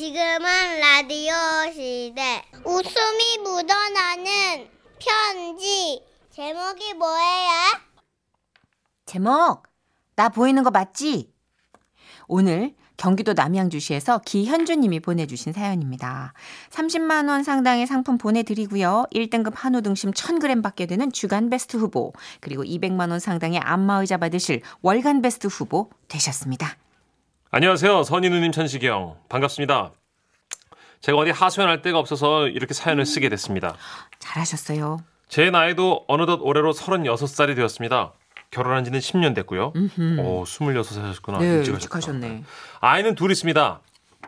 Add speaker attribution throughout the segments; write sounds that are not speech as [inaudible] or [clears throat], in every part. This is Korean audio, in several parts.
Speaker 1: 지금은 라디오 시대. 웃음이 묻어나는 편지. 제목이 뭐예요?
Speaker 2: 제목, 나 보이는 거 맞지? 오늘 경기도 남양주시에서 기현주님이 보내주신 사연입니다. 30만원 상당의 상품 보내드리고요. 1등급 한우 등심 1000g 받게 되는 주간 베스트 후보, 그리고 200만원 상당의 안마의자 받으실 월간 베스트 후보 되셨습니다.
Speaker 3: 안녕하세요. 선희 누님 천식이 형. 반갑습니다. 제가 어디 하소연할 데가 없어서 이렇게 사연을 쓰게 됐습니다.
Speaker 2: 잘하셨어요.
Speaker 3: 제 나이도 어느덧 올해로 36살이 되었습니다. 결혼한 지는 10년 됐고요. 오, 26살 하셨구나.
Speaker 2: 네,
Speaker 3: 일찍
Speaker 2: 일찍 하셨네.
Speaker 3: 아이는 둘 있습니다.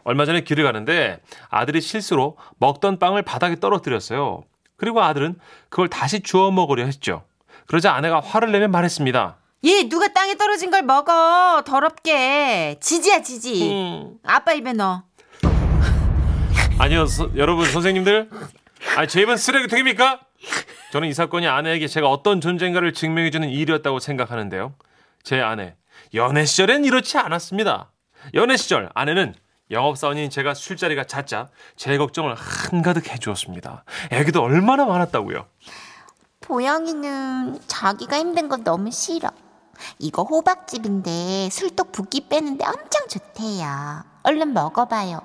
Speaker 3: 얼마 전에 길을 가는데 아들이 실수로 먹던 빵을 바닥에 떨어뜨렸어요. 그리고 아들은 그걸 다시 주워 먹으려 했죠. 그러자 아내가 화를 내며 말했습니다.
Speaker 2: 얘 예, 누가 땅에 떨어진 걸 먹어. 더럽게. 지지야, 지지.
Speaker 3: 음.
Speaker 2: 아빠 입에 넣어.
Speaker 3: 아니요, 서- 여러분 선생님들, 아니 제 입은 쓰레기통입니까? 저는 이 사건이 아내에게 제가 어떤 존재인가를 증명해주는 일이었다고 생각하는데요. 제 아내, 연애 시절엔 이렇지 않았습니다. 연애 시절 아내는 영업사원인 제가 술자리가 잦자 제 걱정을 한가득 해주었습니다. 애기도 얼마나 많았다고요.
Speaker 4: 보영이는 자기가 힘든 건 너무 싫어. 이거 호박즙인데 술독 붓기 빼는데 엄청 좋대요. 얼른 먹어봐요.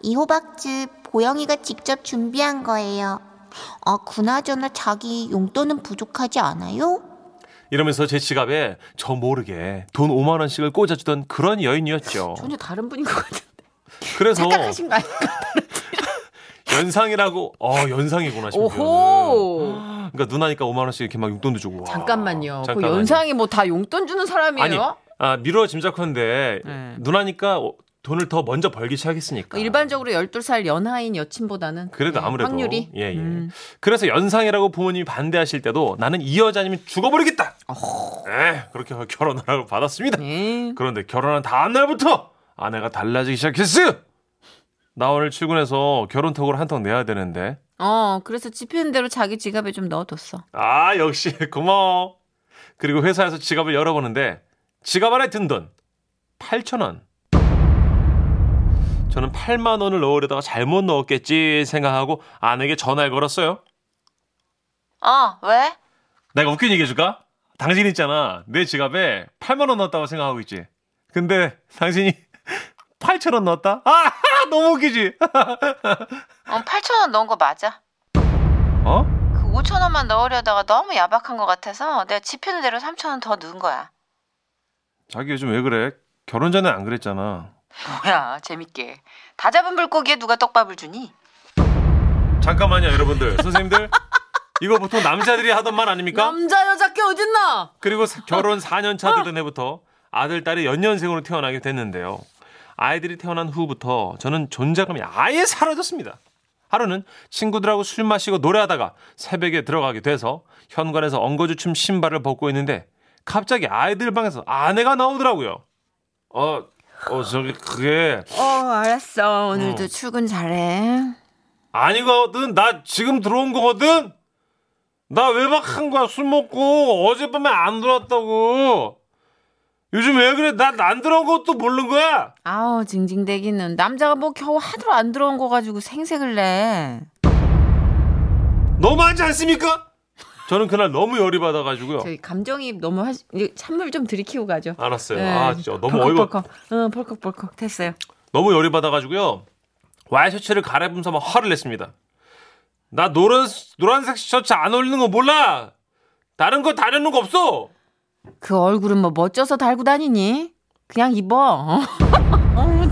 Speaker 4: 이 호박즙 보영이가 직접 준비한 거예요. 아, 그나저나 자기 용돈은 부족하지 않아요?
Speaker 3: 이러면서 제 지갑에 저 모르게 돈 5만 원씩을 꽂아주던 그런 여인이었죠.
Speaker 2: 전혀 다른 분인 것 같은데.
Speaker 3: 그래서
Speaker 2: 착각하신 거 아니에요?
Speaker 3: 연상이라고 어 연상이구나 싶어요.
Speaker 2: 오호.
Speaker 3: 그러니까 누나니까 5만 원씩 이렇게 막 용돈도 주고. 와.
Speaker 2: 잠깐만요. 그
Speaker 3: 아, 잠깐만요.
Speaker 2: 연상이 뭐 다 용돈 주는 사람이에요?
Speaker 3: 아니 아 미뤄 짐작컨대
Speaker 2: 네.
Speaker 3: 누나니까 어, 돈을 더 먼저 벌기 시작했으니까.
Speaker 2: 그 일반적으로 12살 연하인 여친보다는
Speaker 3: 아. 그래도
Speaker 2: 네,
Speaker 3: 아무래도
Speaker 2: 확률이
Speaker 3: 예, 예.
Speaker 2: 음.
Speaker 3: 그래서 연상이라고 부모님이 반대하실 때도 나는 이 여자 아니면 죽어버리겠다. 에 그렇게 결혼하라고 받았습니다.
Speaker 2: 예.
Speaker 3: 그런데 결혼한 다음 날부터 아내가 달라지기 시작했어. 나 오늘 출근해서 결혼톡을 한 통 내야 되는데.
Speaker 2: 어, 그래서 집히는 대로 자기 지갑에 좀 넣어뒀어.
Speaker 3: 아 역시 [laughs] 고마워. 그리고 회사에서 지갑을 열어보는데 지갑 안에 든 돈 8천 원. 저는 8만 원을 넣으려다가 잘못 넣었겠지 생각하고 아내에게 전화를 걸었어요.
Speaker 4: 어, 왜?
Speaker 3: 내가 웃긴 얘기 해줄까? 당신 있잖아 내 지갑에 8만 원 넣었다고 생각하고 있지. 근데 당신이 [laughs] 8천 원 넣었다? 아 [laughs] 너무 웃기지?
Speaker 5: 어, 8,000원 넣은 거 맞아.
Speaker 3: 어?
Speaker 5: 그 5,000원만 넣으려다가 너무 야박한 것 같아서 내가 지피는 대로 3,000원 더 넣은 거야.
Speaker 3: 자기 요즘 왜 그래? 결혼 전에 안 그랬잖아.
Speaker 5: 뭐야, 재밌게. 다 잡은 물고기에 누가 떡밥을 주니?
Speaker 3: 잠깐만요 여러분들 선생님들 이거 보통 남자들이 하던 말 아닙니까?
Speaker 2: 남자 여자께 어딨나?
Speaker 3: 그리고 사- 결혼 4년 차 되던 해부터 아들, 딸이 연년생으로 태어나게 됐는데요. 아이들이 태어난 후부터 저는 존재감이 아예 사라졌습니다. 하루는 친구들하고 술 마시고 노래하다가 새벽에 들어가게 돼서 현관에서 엉거주춤 신발을 벗고 있는데 갑자기 아이들 방에서 아내가 나오더라고요. 어, 어, 저기 그게
Speaker 2: 어, 알았어. 오늘도
Speaker 3: 어.
Speaker 2: 출근 잘해.
Speaker 3: 아니거든. 나 지금 들어온 거거든. 나 외박한 거야. 술 먹고 어젯밤에 안 들어왔다고. 요즘 왜 그래? 나 안 들어온 것도 모르는 거야.
Speaker 2: 아우, 징징대기는. 남자가 뭐 겨우 하도 안 들어온 거 가지고 생색을 내.
Speaker 3: 너무하지 않습니까? 저는 그날 너무 열이 받아가지고요.
Speaker 2: 저희 감정이 너무 하, 이제 찬물 좀 들이키고 가죠.
Speaker 3: 알았어요.
Speaker 2: 네.
Speaker 3: 어. 아 진짜 너무 어이가
Speaker 2: 벌컥벌컥. 응, 벌컥벌컥. 됐어요.
Speaker 3: 너무 열이 받아가지고요. 와이셔츠를 갈아입으면서 막 화를 냈습니다. 나 노란 노란색 셔츠 안 어울리는 거 몰라. 다른 거 다른 거 없어.
Speaker 2: 그 얼굴은 뭐 멋져서 달고 다니니? 그냥 입어. 어우,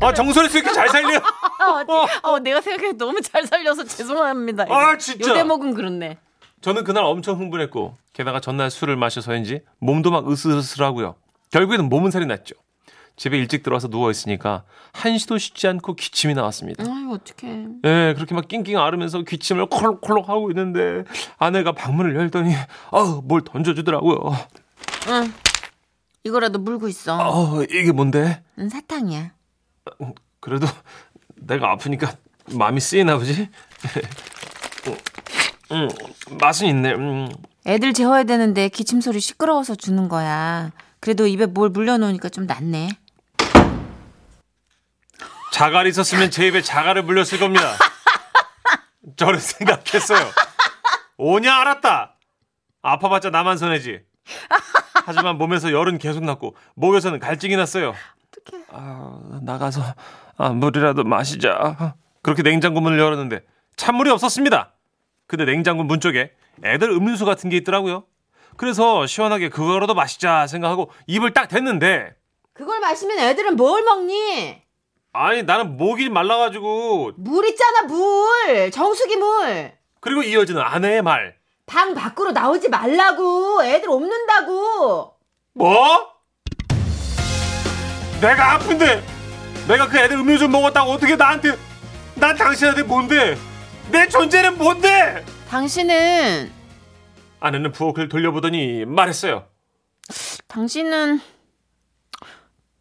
Speaker 3: 아 정선이 씨 이렇게 잘 살려.
Speaker 2: 아, 어, 어, 내가 생각해 너무 잘 살려서 죄송합니다.
Speaker 3: 아, 진짜.
Speaker 2: 요 대목은 그렇네.
Speaker 3: 저는 그날 엄청 흥분했고 게다가 전날 술을 마셔서인지 몸도 막 으슬으슬하고요. 결국에는 몸은 살이 났죠. 집에 일찍 들어와서 누워 있으니까 한시도 쉬지 않고 기침이 나왔습니다.
Speaker 2: 아유 어떡해.
Speaker 3: 예, 그렇게 막 낑낑 앓으면서 기침을 콜록콜록 하고 있는데 아내가 방문을 열더니 아우 뭘 던져주더라고요.
Speaker 2: 응. 이거라도 물고 있어.
Speaker 3: 아 이게 뭔데?
Speaker 2: 응, 사탕이야.
Speaker 3: 그래도 내가 아프니까 마음이 쓰이나 보지. [laughs] 음, 음, 맛은 있네. 음.
Speaker 2: 애들 재워야 되는데 기침 소리 시끄러워서 주는 거야. 그래도 입에 뭘 물려놓으니까 좀 낫네.
Speaker 3: 자갈이 있었으면 제 입에 자갈을 물렸을 겁니다. 저를 생각했어요. 오냐 알았다. 아파봤자 나만 손해지. 하지만 몸에서 열은 계속 났고 목에서는 갈증이 났어요. 아, 나가서 아, 물이라도 마시자. 그렇게 냉장고 문을 열었는데 찬물이 없었습니다. 근데 냉장고 문 쪽에 애들 음료수 같은 게 있더라고요. 그래서 시원하게 그거라도 마시자 생각하고 입을 딱 댔는데
Speaker 2: 그걸 마시면 애들은 뭘 먹니?
Speaker 3: 아니 나는 목이 말라가지고
Speaker 2: 물 있잖아 물 정수기 물.
Speaker 3: 그리고 이어지는 아내의 말
Speaker 2: 방 밖으로 나오지 말라고 애들 옵는다고.
Speaker 3: 뭐? 내가 아픈데 내가 그 애들 음료수 먹었다고 어떻게 나한테 난 당신한테 뭔데 내 존재는 뭔데
Speaker 2: 당신은
Speaker 3: 아내는 부엌을 돌려보더니 말했어요
Speaker 2: 당신은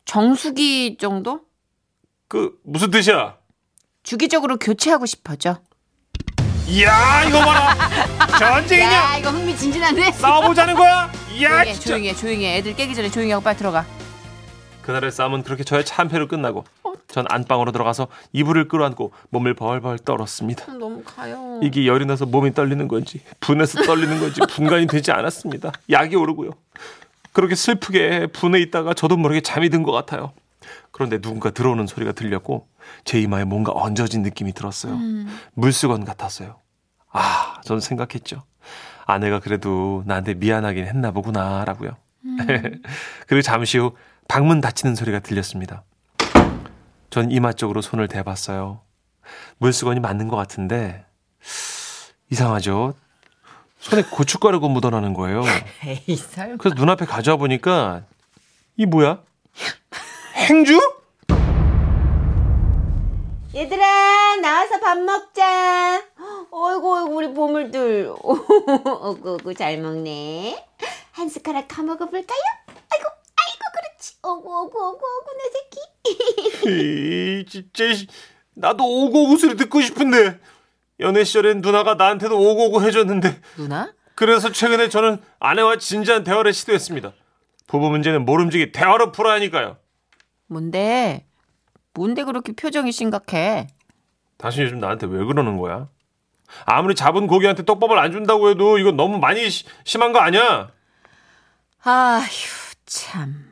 Speaker 2: 정수기 정도?
Speaker 3: 그 무슨 뜻이야
Speaker 2: 주기적으로 교체하고 싶어져.
Speaker 3: 이야 이거
Speaker 2: [laughs]
Speaker 3: 봐라 전쟁이냐
Speaker 2: 야 아, 이거 흥미진진한데.
Speaker 3: 싸워보자는 거야 이야
Speaker 2: 조용해
Speaker 3: 진짜
Speaker 2: 조용해 조용해 애들 깨기 전에 조용히 하고 빨리 들어가.
Speaker 3: 그날의 싸움은 그렇게 저의 참패로 끝나고 전 안방으로 들어가서 이불을 끌어안고 몸을 벌벌 떨었습니다
Speaker 2: 너무 가요.
Speaker 3: 이게 열이 나서 몸이 떨리는 건지 분해서 떨리는 건지 분간이 되지 않았습니다. 약이 오르고요. 그렇게 슬프게 분해 있다가 저도 모르게 잠이 든 것 같아요. 그런데 누군가 들어오는 소리가 들렸고 제 이마에 뭔가 얹어진 느낌이 들었어요. 물수건 같았어요. 아, 전 생각했죠. 아내가 그래도 나한테 미안하긴 했나 보구나라고요. [laughs] 그리고 잠시 후 방문 닫히는 소리가 들렸습니다. 전 이마 쪽으로 손을 대봤어요. 물수건이 맞는 것 같은데 이상하죠. 손에 고춧가루가 묻어나는 거예요.
Speaker 2: [laughs] 에이 설마.
Speaker 3: 그래서 눈앞에 가져와 보니까 이 뭐야? 행주?
Speaker 2: 얘들아 나와서 밥 먹자. 어이구 어이구 우리
Speaker 4: [laughs]
Speaker 2: 보물들. 어구 어구 잘 먹네.
Speaker 4: 한 숟가락 다 먹어볼까요? 아이고, 아이고, 그렇지. 어구, 어구, 어구, 어구, 내 새끼.
Speaker 3: 이 진짜 씨. 나도 오고오고 소리 듣고 싶은데 연애 시절엔 누나가 나한테도 오고오고 해줬는데
Speaker 2: 누나?
Speaker 3: 그래서 최근에 저는 아내와 진지한 대화를 시도했습니다. 부부 문제는 모름지기 대화로 풀어야 하니까요.
Speaker 2: 뭔데? 뭔데 그렇게 표정이 심각해?
Speaker 3: 당신 요즘 나한테 왜 그러는 거야? 아무리 잡은 고기한테 떡밥을 안 준다고 해도 이건 너무 많이 시- 심한 거 아니야?
Speaker 2: 아휴 참.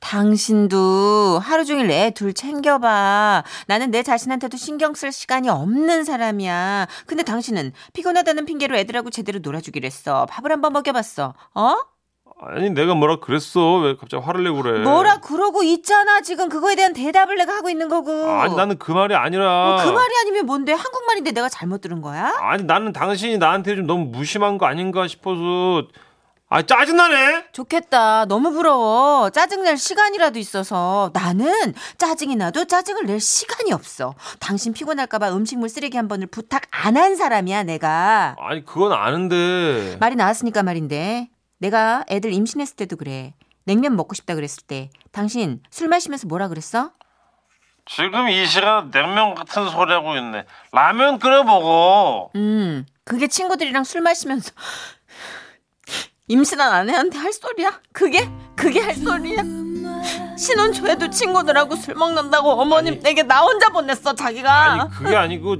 Speaker 2: 당신도 하루 종일 애 둘 챙겨봐. 나는 내 자신한테도 신경 쓸 시간이 없는 사람이야. 근데 당신은 피곤하다는 핑계로 애들하고 제대로 놀아주기로 했어. 밥을 한번 먹여봤어. 어?
Speaker 3: 아니 내가 뭐라 그랬어? 왜 갑자기 화를 내고 그래?
Speaker 2: 뭐라 그러고 있잖아. 지금 그거에 대한 대답을 내가 하고 있는 거고.
Speaker 3: 아니 나는 그 말이 아니라.
Speaker 2: 어, 그 말이 아니면 뭔데? 한국말인데 내가 잘못 들은 거야?
Speaker 3: 아니 나는 당신이 나한테 좀 너무 무심한 거 아닌가 싶어서 아 짜증나네.
Speaker 2: 좋겠다. 너무 부러워. 짜증낼 시간이라도 있어서. 나는 짜증이 나도 짜증을 낼 시간이 없어. 당신 피곤할까봐 음식물 쓰레기 한 번을 부탁 안 한 사람이야, 내가.
Speaker 3: 아니 그건 아는데.
Speaker 2: 말이 나왔으니까 말인데. 내가 애들 임신했을 때도 그래. 냉면 먹고 싶다 그랬을 때. 당신 술 마시면서 뭐라 그랬어?
Speaker 3: 지금 이 시간 냉면 같은 소리 하고 있네. 라면 끓여 먹어.
Speaker 2: 음, 그게 친구들이랑 술 마시면서 [laughs] 임신한 아내한테 할 소리야? 그게 그게 할 소리야? 신혼 초에도 친구들하고 술 먹는다고 어머님 댁에 나 혼자 보냈어 자기가.
Speaker 3: 아니 그게 아니고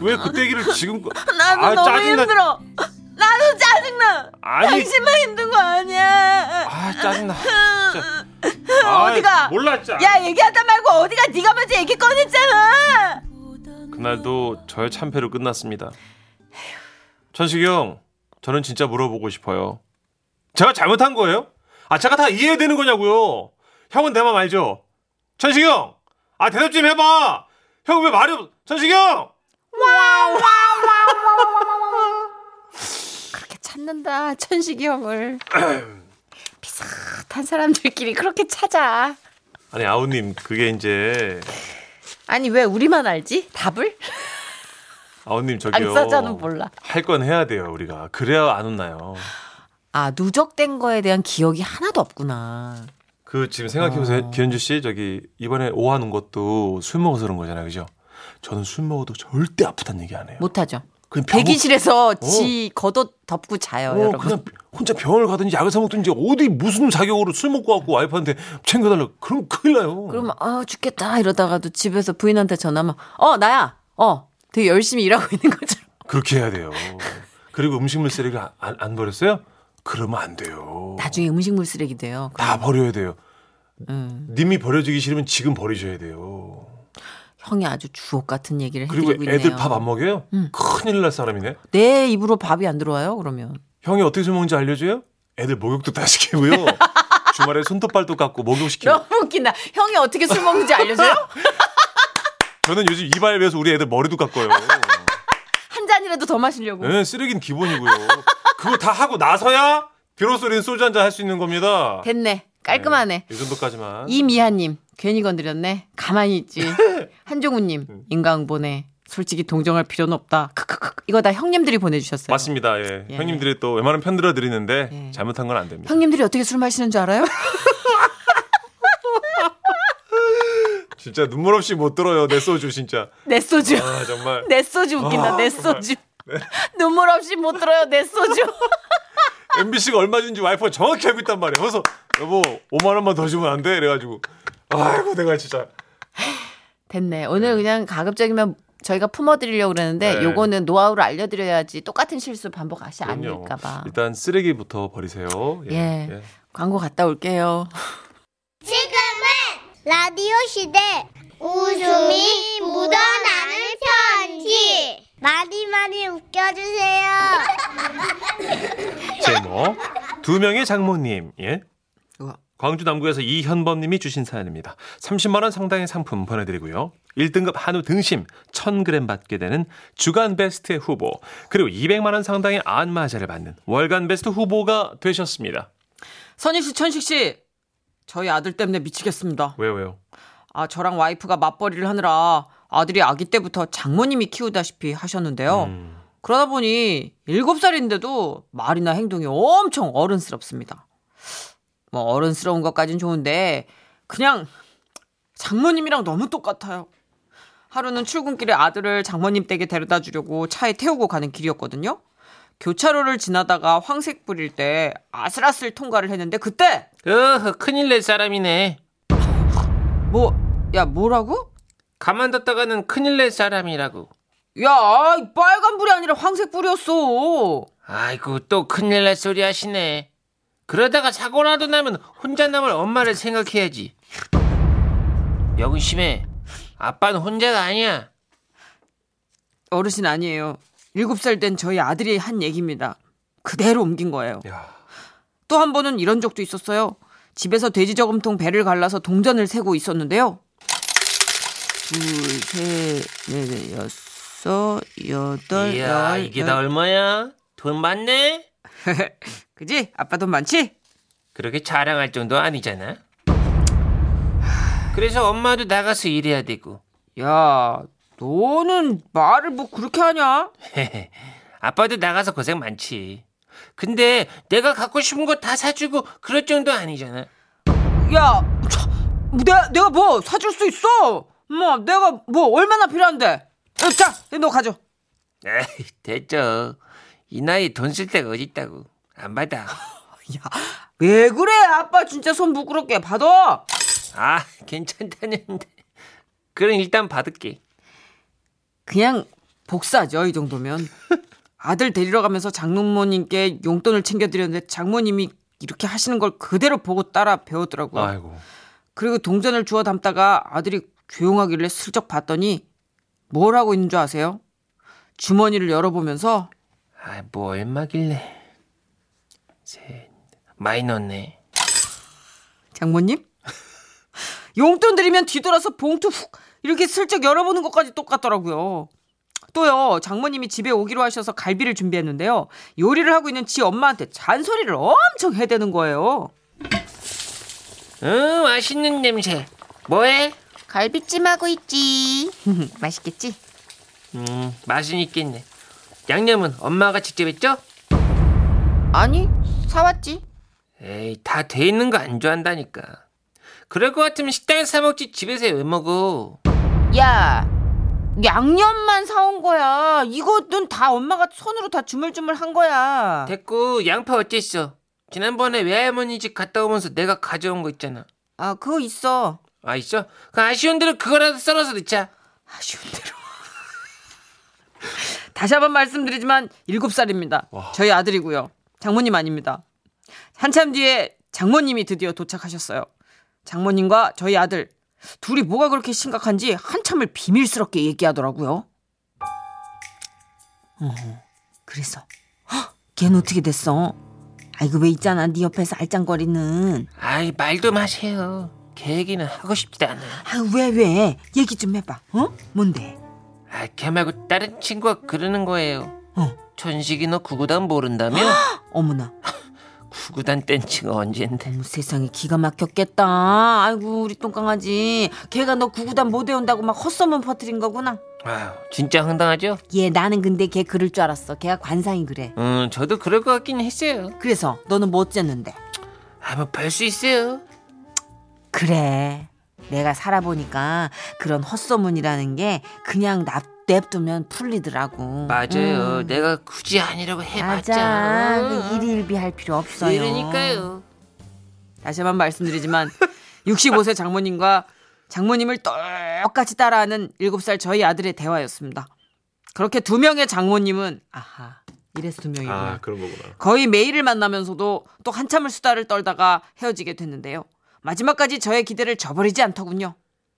Speaker 3: 왜 그 얘기를 지금?
Speaker 2: 나도
Speaker 3: 아,
Speaker 2: 너무
Speaker 3: 짜증나-
Speaker 2: 힘들어. [laughs] 나도 짜증나.
Speaker 3: 아니.
Speaker 2: 당신만 힘든 거 아니야.
Speaker 3: 아
Speaker 2: [laughs]
Speaker 3: 짜증나. 진짜. 아이,
Speaker 2: 어디가?
Speaker 3: 몰라 진짜.
Speaker 2: 야 얘기하다 말고 어디가 네가 먼저 얘기 꺼냈잖아.
Speaker 3: 그날도 저의 참패로 끝났습니다. 천식이 형, 저는 진짜 물어보고 싶어요. 제가 잘못한 거예요? 아, 제가 다 이해해야 되는 거냐고요. 형은 내 맘 알죠? 천식이 형, 아 대답 좀 해봐. 형 왜 말이 없? 천식이 형,
Speaker 2: 그렇게 찾는다 천식이
Speaker 3: [clears throat]
Speaker 2: 형을. 비슷한 사람들끼리 그렇게 찾아.
Speaker 3: 아니 아우님 그게 이제
Speaker 2: 아니 왜 우리만 알지? 답을?
Speaker 3: 아우님 저기요.
Speaker 2: 당사자는 몰라.
Speaker 3: 할 건 해야 돼요 우리가. 그래야 안 혼나요.
Speaker 2: 아 누적된 거에 대한 기억이 하나도 없구나.
Speaker 3: 그 지금
Speaker 2: 아.
Speaker 3: 생각해보세요. 기현주 씨 저기 이번에 오한 온 것도 술 먹어서 그런 거잖아요, 그죠? 저는 술 먹어도 절대 아프다는 얘기 안 해요.
Speaker 2: 못하죠.
Speaker 3: 그냥 병원-
Speaker 2: 대기실에서 지 겉옷 덮고 자요,
Speaker 3: 어,
Speaker 2: 여러분.
Speaker 3: 그냥 혼자 병원을 가든지 약을 사 먹든지 어디 무슨 자격으로 술 먹고 왔고 와이프한테 챙겨달라. 그럼 큰일 나요.
Speaker 2: 그러면 아 죽겠다 이러다가도 집에서 부인한테 전화하면 어 나야 어 되게 열심히 일하고 있는 거죠.
Speaker 3: 그렇게 해야 돼요. 그리고 음식물 쓰레기 안, 안- 안 버렸어요? 그러면 안 돼요.
Speaker 2: 나중에 음식물 쓰레기 돼요.
Speaker 3: 다 버려야 돼요.
Speaker 2: 음,
Speaker 3: 님이 버려지기 싫으면 지금 버리셔야 돼요.
Speaker 2: 형이 아주 주옥 같은 얘기를
Speaker 3: 그리고
Speaker 2: 해드리고 있네요. 음.
Speaker 3: 애들 밥 안 먹여요? 큰일 날 사람이네.
Speaker 2: 내 입으로 밥이 안 들어와요 그러면.
Speaker 3: 형이 어떻게 술 먹는지 알려줘요? 애들 목욕도 다 시키고요. 주말에 손톱발도 깎고 목욕시키고.
Speaker 2: 너무 웃긴다. 형이 어떻게 술 먹는지
Speaker 3: [laughs]
Speaker 2: 알려줘요?
Speaker 3: 저는 요즘 이발에서 우리 애들 머리도 깎아요.
Speaker 2: 한 잔이라도 더 마시려고.
Speaker 3: 네, 쓰레기는 기본이고요. 그거 다 하고 나서야 비로소 우리는 소주 한 잔 할 수 있는 겁니다.
Speaker 2: 됐네. 깔끔하네.
Speaker 3: 네, 이 정도까지만.
Speaker 2: 이미아님 괜히 건드렸네. 가만히
Speaker 3: [laughs]
Speaker 2: 있지.
Speaker 3: 음.
Speaker 2: 한종우님 인강 보내. 솔직히 동정할 필요는 없다. 크크크. 이거 다 형님들이 보내주셨어요.
Speaker 3: 맞습니다. 예.
Speaker 2: 예.
Speaker 3: 형님들이 또 웬만하면 편들어 드리는데
Speaker 2: 예.
Speaker 3: 잘못한 건 안 됩니다.
Speaker 2: 형님들이 어떻게 술 마시는 줄
Speaker 3: [laughs]
Speaker 2: 알아요?
Speaker 3: 진짜 눈물 없이 못 들어요. 내 소주 진짜.
Speaker 2: 내 소주.
Speaker 3: 아
Speaker 2: [laughs]
Speaker 3: 정말.
Speaker 2: 내 소주 웃긴다.
Speaker 3: 아,
Speaker 2: 내
Speaker 3: 정말.
Speaker 2: 소주. [laughs] 눈물 없이 못 들어요. 내 소주. [laughs]
Speaker 3: MBC가 얼마 준지 와이프가 정확히 알고 있단 말이에요. 그래서 여보 5만 원만 더 주면 안 돼? 이래가지고 아이고 내가 진짜
Speaker 2: 됐네. 오늘 그냥 가급적이면 저희가 품어드리려고 그러는데
Speaker 3: 네.
Speaker 2: 요거는 노하우를 알려드려야지 똑같은 실수 반복하지
Speaker 3: 그럼요. 예.
Speaker 2: 않을까봐.
Speaker 3: 일단 쓰레기부터 버리세요.
Speaker 2: 예. 광고 갔다 올게요.
Speaker 1: 지금은 라디오 시대 웃음이 묻어나는 편지 많이 많이 웃겨주세요.
Speaker 3: 제목 두 명의 장모님 예.
Speaker 2: 우와.
Speaker 3: 광주 남구에서 이현범님이 주신 사연입니다. 30만 원 상당의 상품 보내드리고요. 1등급 한우 등심 1,000g 받게 되는 주간 베스트 후보 그리고 200만 원 상당의 안마자를 받는 월간 베스트 후보가 되셨습니다.
Speaker 2: 선희 씨, 천식 씨. 저희 아들 때문에 미치겠습니다.
Speaker 3: 왜요 왜요?
Speaker 2: 아, 저랑 와이프가 맞벌이를 하느라 아들이 아기 때부터 장모님이 키우다시피 하셨는데요.
Speaker 3: 음.
Speaker 2: 그러다 보니 7살인데도 말이나 행동이 엄청 어른스럽습니다. 뭐 어른스러운 것까진 좋은데 그냥 장모님이랑 너무 똑같아요. 하루는 출근길에 아들을 장모님 댁에 데려다 주려고 차에 태우고 가는 길이었거든요. 교차로를 지나다가 황색 불일 때 아슬아슬 통과를 했는데 그때
Speaker 6: 어허, 큰일 낼 사람이네.
Speaker 2: 뭐 야 뭐라고?
Speaker 6: 가만뒀다가는 큰일 낼 사람이라고.
Speaker 2: 야, 이 빨간 불이 아니라 황색 불이었어.
Speaker 6: 아이고, 또 큰일 날 소리 하시네. 그러다가 사고라도 나면 혼자 남을 엄마를 생각해야지. 명심해. 아빠는 혼자가 아니야.
Speaker 2: 어르신 아니에요. 일곱 살 된 저희 아들이 한 얘기입니다. 그대로 옮긴 거예요.
Speaker 3: 야.
Speaker 2: 또 한 번은 이런 적도 있었어요. 집에서 돼지 저금통 배를 갈라서 동전을 세고 있었는데요. 둘, 셋, 넷, 넷, 여섯, 여덟,
Speaker 6: 이야,
Speaker 2: 열,
Speaker 6: 이게 다
Speaker 2: 열.
Speaker 6: 얼마야? 돈 많네?
Speaker 2: [laughs] 그지? 아빠 돈 많지?
Speaker 6: 그렇게 자랑할 정도 아니잖아. 그래서 엄마도 나가서 일해야 되고.
Speaker 2: 야, 너는 말을 뭐 그렇게 하냐?
Speaker 6: 아빠도 나가서 고생 많지. 근데 내가 갖고 싶은 거 다 사주고 그럴 정도 아니잖아.
Speaker 2: 야, 차, 내가 내가 뭐 사줄 수 있어? 뭐 내가 뭐 얼마나 필요한데? 어, 자, 너 가져.
Speaker 6: 에이, 됐죠. 이 나이 돈 쓸 데가 어딨다고. 안 받아.
Speaker 2: 왜 그래? 아빠 진짜 손 부끄럽게 받아.
Speaker 6: 아, [laughs] 괜찮다는데. 그럼 일단 받을게.
Speaker 2: 그냥 복사죠 이 정도면. 아들 데리러 가면서 장모님께 용돈을 챙겨드렸는데 장모님이 이렇게 하시는 걸 그대로 보고 따라 배우더라고요.
Speaker 3: 아이고.
Speaker 2: 그리고 동전을 주워 담다가 아들이 조용하길래 슬쩍 봤더니 뭘 하고 있는 줄 아세요? 주머니를 열어보면서
Speaker 6: 아, 뭐 얼마길래. 셋. 많이 넣었네.
Speaker 2: 장모님? 용돈 드리면 뒤돌아서 봉투 훅 이렇게 슬쩍 열어보는 것까지 똑같더라고요. 또요 장모님이 집에 오기로 하셔서 갈비를 준비했는데요 요리를 하고 있는 지 엄마한테 잔소리를 엄청 해대는 거예요.
Speaker 6: 음, 맛있는 냄새. 뭐해?
Speaker 4: 갈비찜하고 있지.
Speaker 2: [laughs] 맛있겠지?
Speaker 6: 음, 맛은 있겠네. 양념은 엄마가 직접 했죠?
Speaker 4: 아니, 사왔지.
Speaker 6: 에이, 다 돼 있는 거 안 좋아한다니까. 그럴 것 같으면 식당에서 사 먹지 집에서 왜 먹어?
Speaker 4: 야,
Speaker 2: 양념만 사온 거야. 이거는 다 엄마가 손으로 다 주물주물 한 거야.
Speaker 6: 됐고 양파 어땠어? 지난번에 외할머니 집 갔다 오면서 내가 가져온 거 있잖아.
Speaker 2: 아, 그거 있어.
Speaker 6: 아 있어? 그 아쉬운 대로 그거라도 썰어서 넣자.
Speaker 2: 아쉬운 대로. [laughs] 다시 한번 말씀드리지만 7살입니다. 저희 아들이고요. 장모님 아닙니다. 한참 뒤에 장모님이 드디어 도착하셨어요. 장모님과 저희 아들 둘이 뭐가 그렇게 심각한지 한참을 비밀스럽게 얘기하더라고요. 어, 그래서 헉, 걔는 어떻게 됐어? 아이고 왜 있잖아 네 옆에서 알짱거리는
Speaker 6: 아이 말도 마세요. 걔 얘기는 하고 싶지도 않아.
Speaker 2: 아왜왜 왜? 얘기 좀 해봐 어? 뭔데?
Speaker 6: 아걔 말고 다른 친구가 그러는 거예요.
Speaker 2: 어.
Speaker 6: 천식이 너 구구단 모른다며?
Speaker 2: 어머나
Speaker 6: 구구단 댄치가 언젠데?
Speaker 2: 어머, 세상에 기가 막혔겠다. 아이고 우리 똥강아지. 걔가 너 구구단 못 외운다고 막 헛소문 퍼뜨린 거구나.
Speaker 6: 아 진짜 황당하죠?
Speaker 2: 얘 나는 근데 걔 그럴 줄 알았어. 걔가 관상이 그래.
Speaker 6: 음 저도 그럴 것 같긴 했어요.
Speaker 2: 그래서 너는 뭐 어쨌는데?
Speaker 6: 아뭐별수 있어요.
Speaker 2: 그래. 내가 살아보니까 그런 헛소문이라는 게 그냥 납 냅두면 풀리더라고.
Speaker 6: 맞아요.
Speaker 2: 음.
Speaker 6: 내가 굳이 아니라고 해봤자. 음.
Speaker 2: 맞아. 그 일일비 할 필요 없어요.
Speaker 6: 이러니까요.
Speaker 2: 다시 한번 말씀드리지만 65세 장모님과 장모님을 똑같이 따라하는 7살 저희 아들의 대화였습니다. 그렇게 두 명의 장모님은 아하 이래서 두 명이구나.
Speaker 3: 아, 그런 거구나.
Speaker 2: 거의 매일을 만나면서도 또 한참을 수다를 떨다가 헤어지게 됐는데요. 마지막까지 저의 기대를 저버리지 않더군요.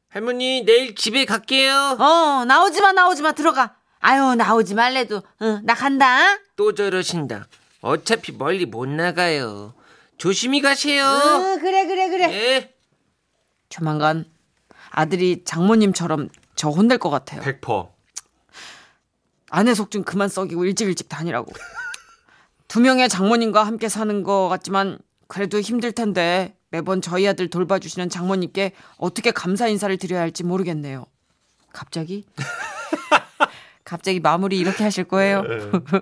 Speaker 6: 할머니 내일 집에 갈게요.
Speaker 2: 어 나오지 마 나오지 마 들어가. 아유 나오지 말래도 응, 나 간다.
Speaker 6: 또 저러신다. 어차피 멀리 못 나가요. 조심히 가세요.
Speaker 2: 응 어, 그래 그래 그래.
Speaker 6: 예.
Speaker 2: 조만간 아들이 장모님처럼 저 혼낼 것 같아요.
Speaker 3: 100%.
Speaker 2: 아내 속 좀 그만 썩이고 일찍 일찍 다니라고. 두 명의 장모님과 함께 사는 것 같지만 그래도 힘들 텐데 매번 저희 아들 돌봐주시는 장모님께 어떻게 감사 인사를 드려야 할지 모르겠네요. 갑자기? [laughs] 갑자기 마무리 이렇게 하실 거예요? [laughs]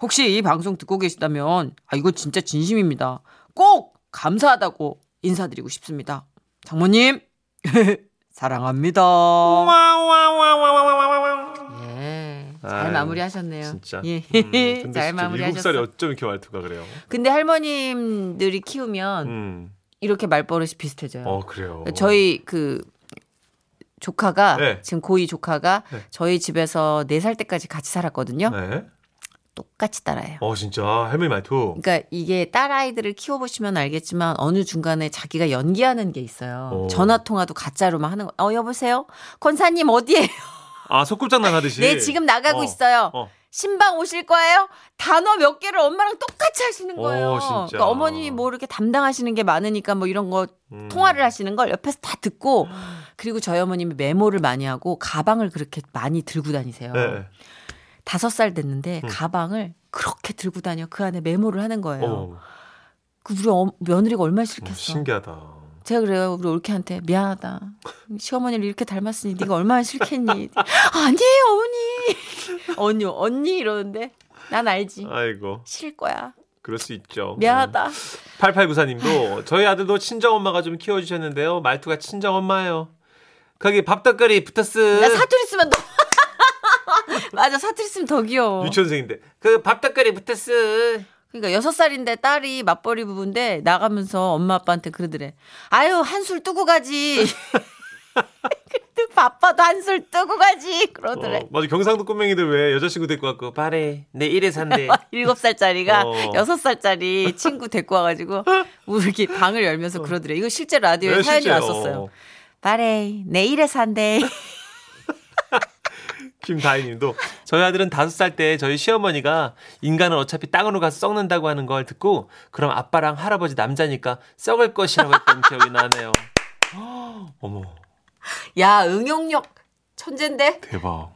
Speaker 2: 혹시 이 방송 듣고 계시다면 아 이거 진짜 진심입니다. 꼭 감사하다고 인사드리고 싶습니다. 장모님 [laughs] 사랑합니다. 예, 잘
Speaker 3: 아유,
Speaker 2: 마무리하셨네요.
Speaker 3: 진짜.
Speaker 2: 예.
Speaker 3: 음,
Speaker 2: [laughs]
Speaker 3: 근데
Speaker 2: 잘
Speaker 3: 진짜 일곱 살이
Speaker 2: 마무리하셨어.
Speaker 3: 어쩜 이렇게 말투가 그래요?
Speaker 2: 근데 할머님들이 키우면
Speaker 3: 음.
Speaker 2: 이렇게 말버릇이 비슷해져요.
Speaker 3: 어, 그래요.
Speaker 2: 저희 그 조카가
Speaker 3: 네.
Speaker 2: 지금 고이 조카가
Speaker 3: 네.
Speaker 2: 저희 집에서 네 살 때까지 같이 살았거든요.
Speaker 3: 네.
Speaker 2: 똑같이 따라해요.
Speaker 3: 어, 진짜 할머니 말투.
Speaker 2: 그러니까 이게 딸 아이들을 키워보시면 알겠지만 어느 중간에 자기가 연기하는 게 있어요.
Speaker 3: 오.
Speaker 2: 전화 통화도 가짜로만 하는 거. 어 여보세요, 권사님 어디에요?
Speaker 3: 아, 소꿉장난 하듯이.
Speaker 2: 네 지금 나가고
Speaker 3: 어,
Speaker 2: 있어요.
Speaker 3: 어.
Speaker 2: 신방 오실 거예요? 단어 몇 개를 엄마랑 똑같이 하시는 거예요.
Speaker 3: 오, 진짜.
Speaker 2: 그러니까 어머님이 뭐 이렇게 담당하시는 게 많으니까 뭐 이런 거
Speaker 3: 음.
Speaker 2: 통화를 하시는 걸 옆에서 다 듣고 그리고 저희 어머님이 메모를 많이 하고 가방을 그렇게 많이 들고 다니세요.
Speaker 3: 네.
Speaker 2: 다섯 살 됐는데
Speaker 3: 음.
Speaker 2: 가방을 그렇게 들고 다녀 그 안에 메모를 하는 거예요.
Speaker 3: 어,
Speaker 2: 그 우리 어- 며느리가 얼마나
Speaker 3: 어,
Speaker 2: 싫겠어.
Speaker 3: 신기하다.
Speaker 2: 제가 그래요. 우리 올케한테 미안하다. 시어머니를 이렇게 닮았으니 네가 얼마나 싫겠니? 아니에요, 어머니. 언니, 언니 이러는데 난 알지.
Speaker 3: 아이고,
Speaker 2: 싫을 거야.
Speaker 3: 그럴 수 있죠.
Speaker 2: 미안하다.
Speaker 3: 8894님도 저희 아들도 친정엄마가 좀 키워주셨는데요. 말투가 친정엄마예요. 거기 밥떡거리 붙었어.
Speaker 2: 나 사투리 쓰면 더 [laughs] 맞아 사투리 쓰면 더 귀여워.
Speaker 3: 유치원생인데.
Speaker 6: 그 밥떡거리 붙었어.
Speaker 2: 그러니까 여섯 살인데 딸이 맞벌이 부부인데 나가면서 엄마 아빠한테 그러더래. 아유 한술 뜨고 가지. [laughs] 그래도 바빠도 한술 뜨고 가지 그러더래.
Speaker 3: 어, 맞아 경상도 꽃맹이들 왜 여자친구 데리고 갖고
Speaker 6: 말해. 내
Speaker 2: [laughs]
Speaker 6: 일에 산대.
Speaker 2: 일곱 살짜리가
Speaker 3: 어.
Speaker 2: 여섯 살짜리 친구 데리고 와가지고 우리 이렇게 방을 열면서 그러더래. 이거 실제 라디오에
Speaker 3: 어. 네,
Speaker 2: 사연이
Speaker 3: 실제요.
Speaker 2: 왔었어요. 바레이 내일에 산대.
Speaker 3: 김다희님도 저희 아들은 다섯 살 때 저희 시어머니가 인간은 어차피 땅으로 가서 썩는다고 하는 걸 듣고 그럼 아빠랑 할아버지 남자니까 썩을 것이라고 했던 기억이 나네요. 어머
Speaker 2: 야 응용력 천재인데.
Speaker 3: 대박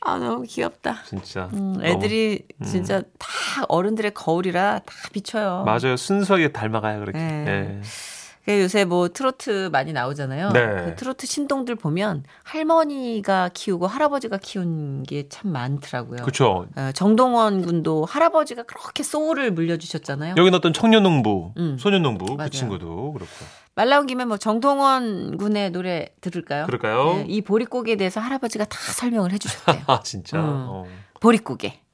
Speaker 2: 아 너무 귀엽다.
Speaker 3: 진짜
Speaker 2: 음, 애들이 진짜 다 어른들의 거울이라 다 비춰요.
Speaker 3: 너무- 맞아요 순수하게 닮아가요 그렇게
Speaker 2: 네.
Speaker 3: 예.
Speaker 2: 그 요새 뭐 트로트 많이 나오잖아요.
Speaker 3: 네.
Speaker 2: 그 트로트 신동들 보면 할머니가 키우고 할아버지가 키운 게 참 많더라고요.
Speaker 3: 그렇죠.
Speaker 2: 어, 정동원 군도 할아버지가 그렇게 소울을 물려주셨잖아요.
Speaker 3: 여기는 어떤 청년 농부,
Speaker 2: 음.
Speaker 3: 소년 농부
Speaker 2: 맞아요.
Speaker 3: 그 친구도 그렇고.
Speaker 2: 말 나온 김에 뭐 정동원 군의 노래 들을까요?
Speaker 3: 그럴까요?
Speaker 2: 네, 이 보릿고개에 대해서 할아버지가 다 설명을 해주셨대요.
Speaker 3: 아 진짜.
Speaker 2: 음.
Speaker 3: 어.
Speaker 2: 보릿고개.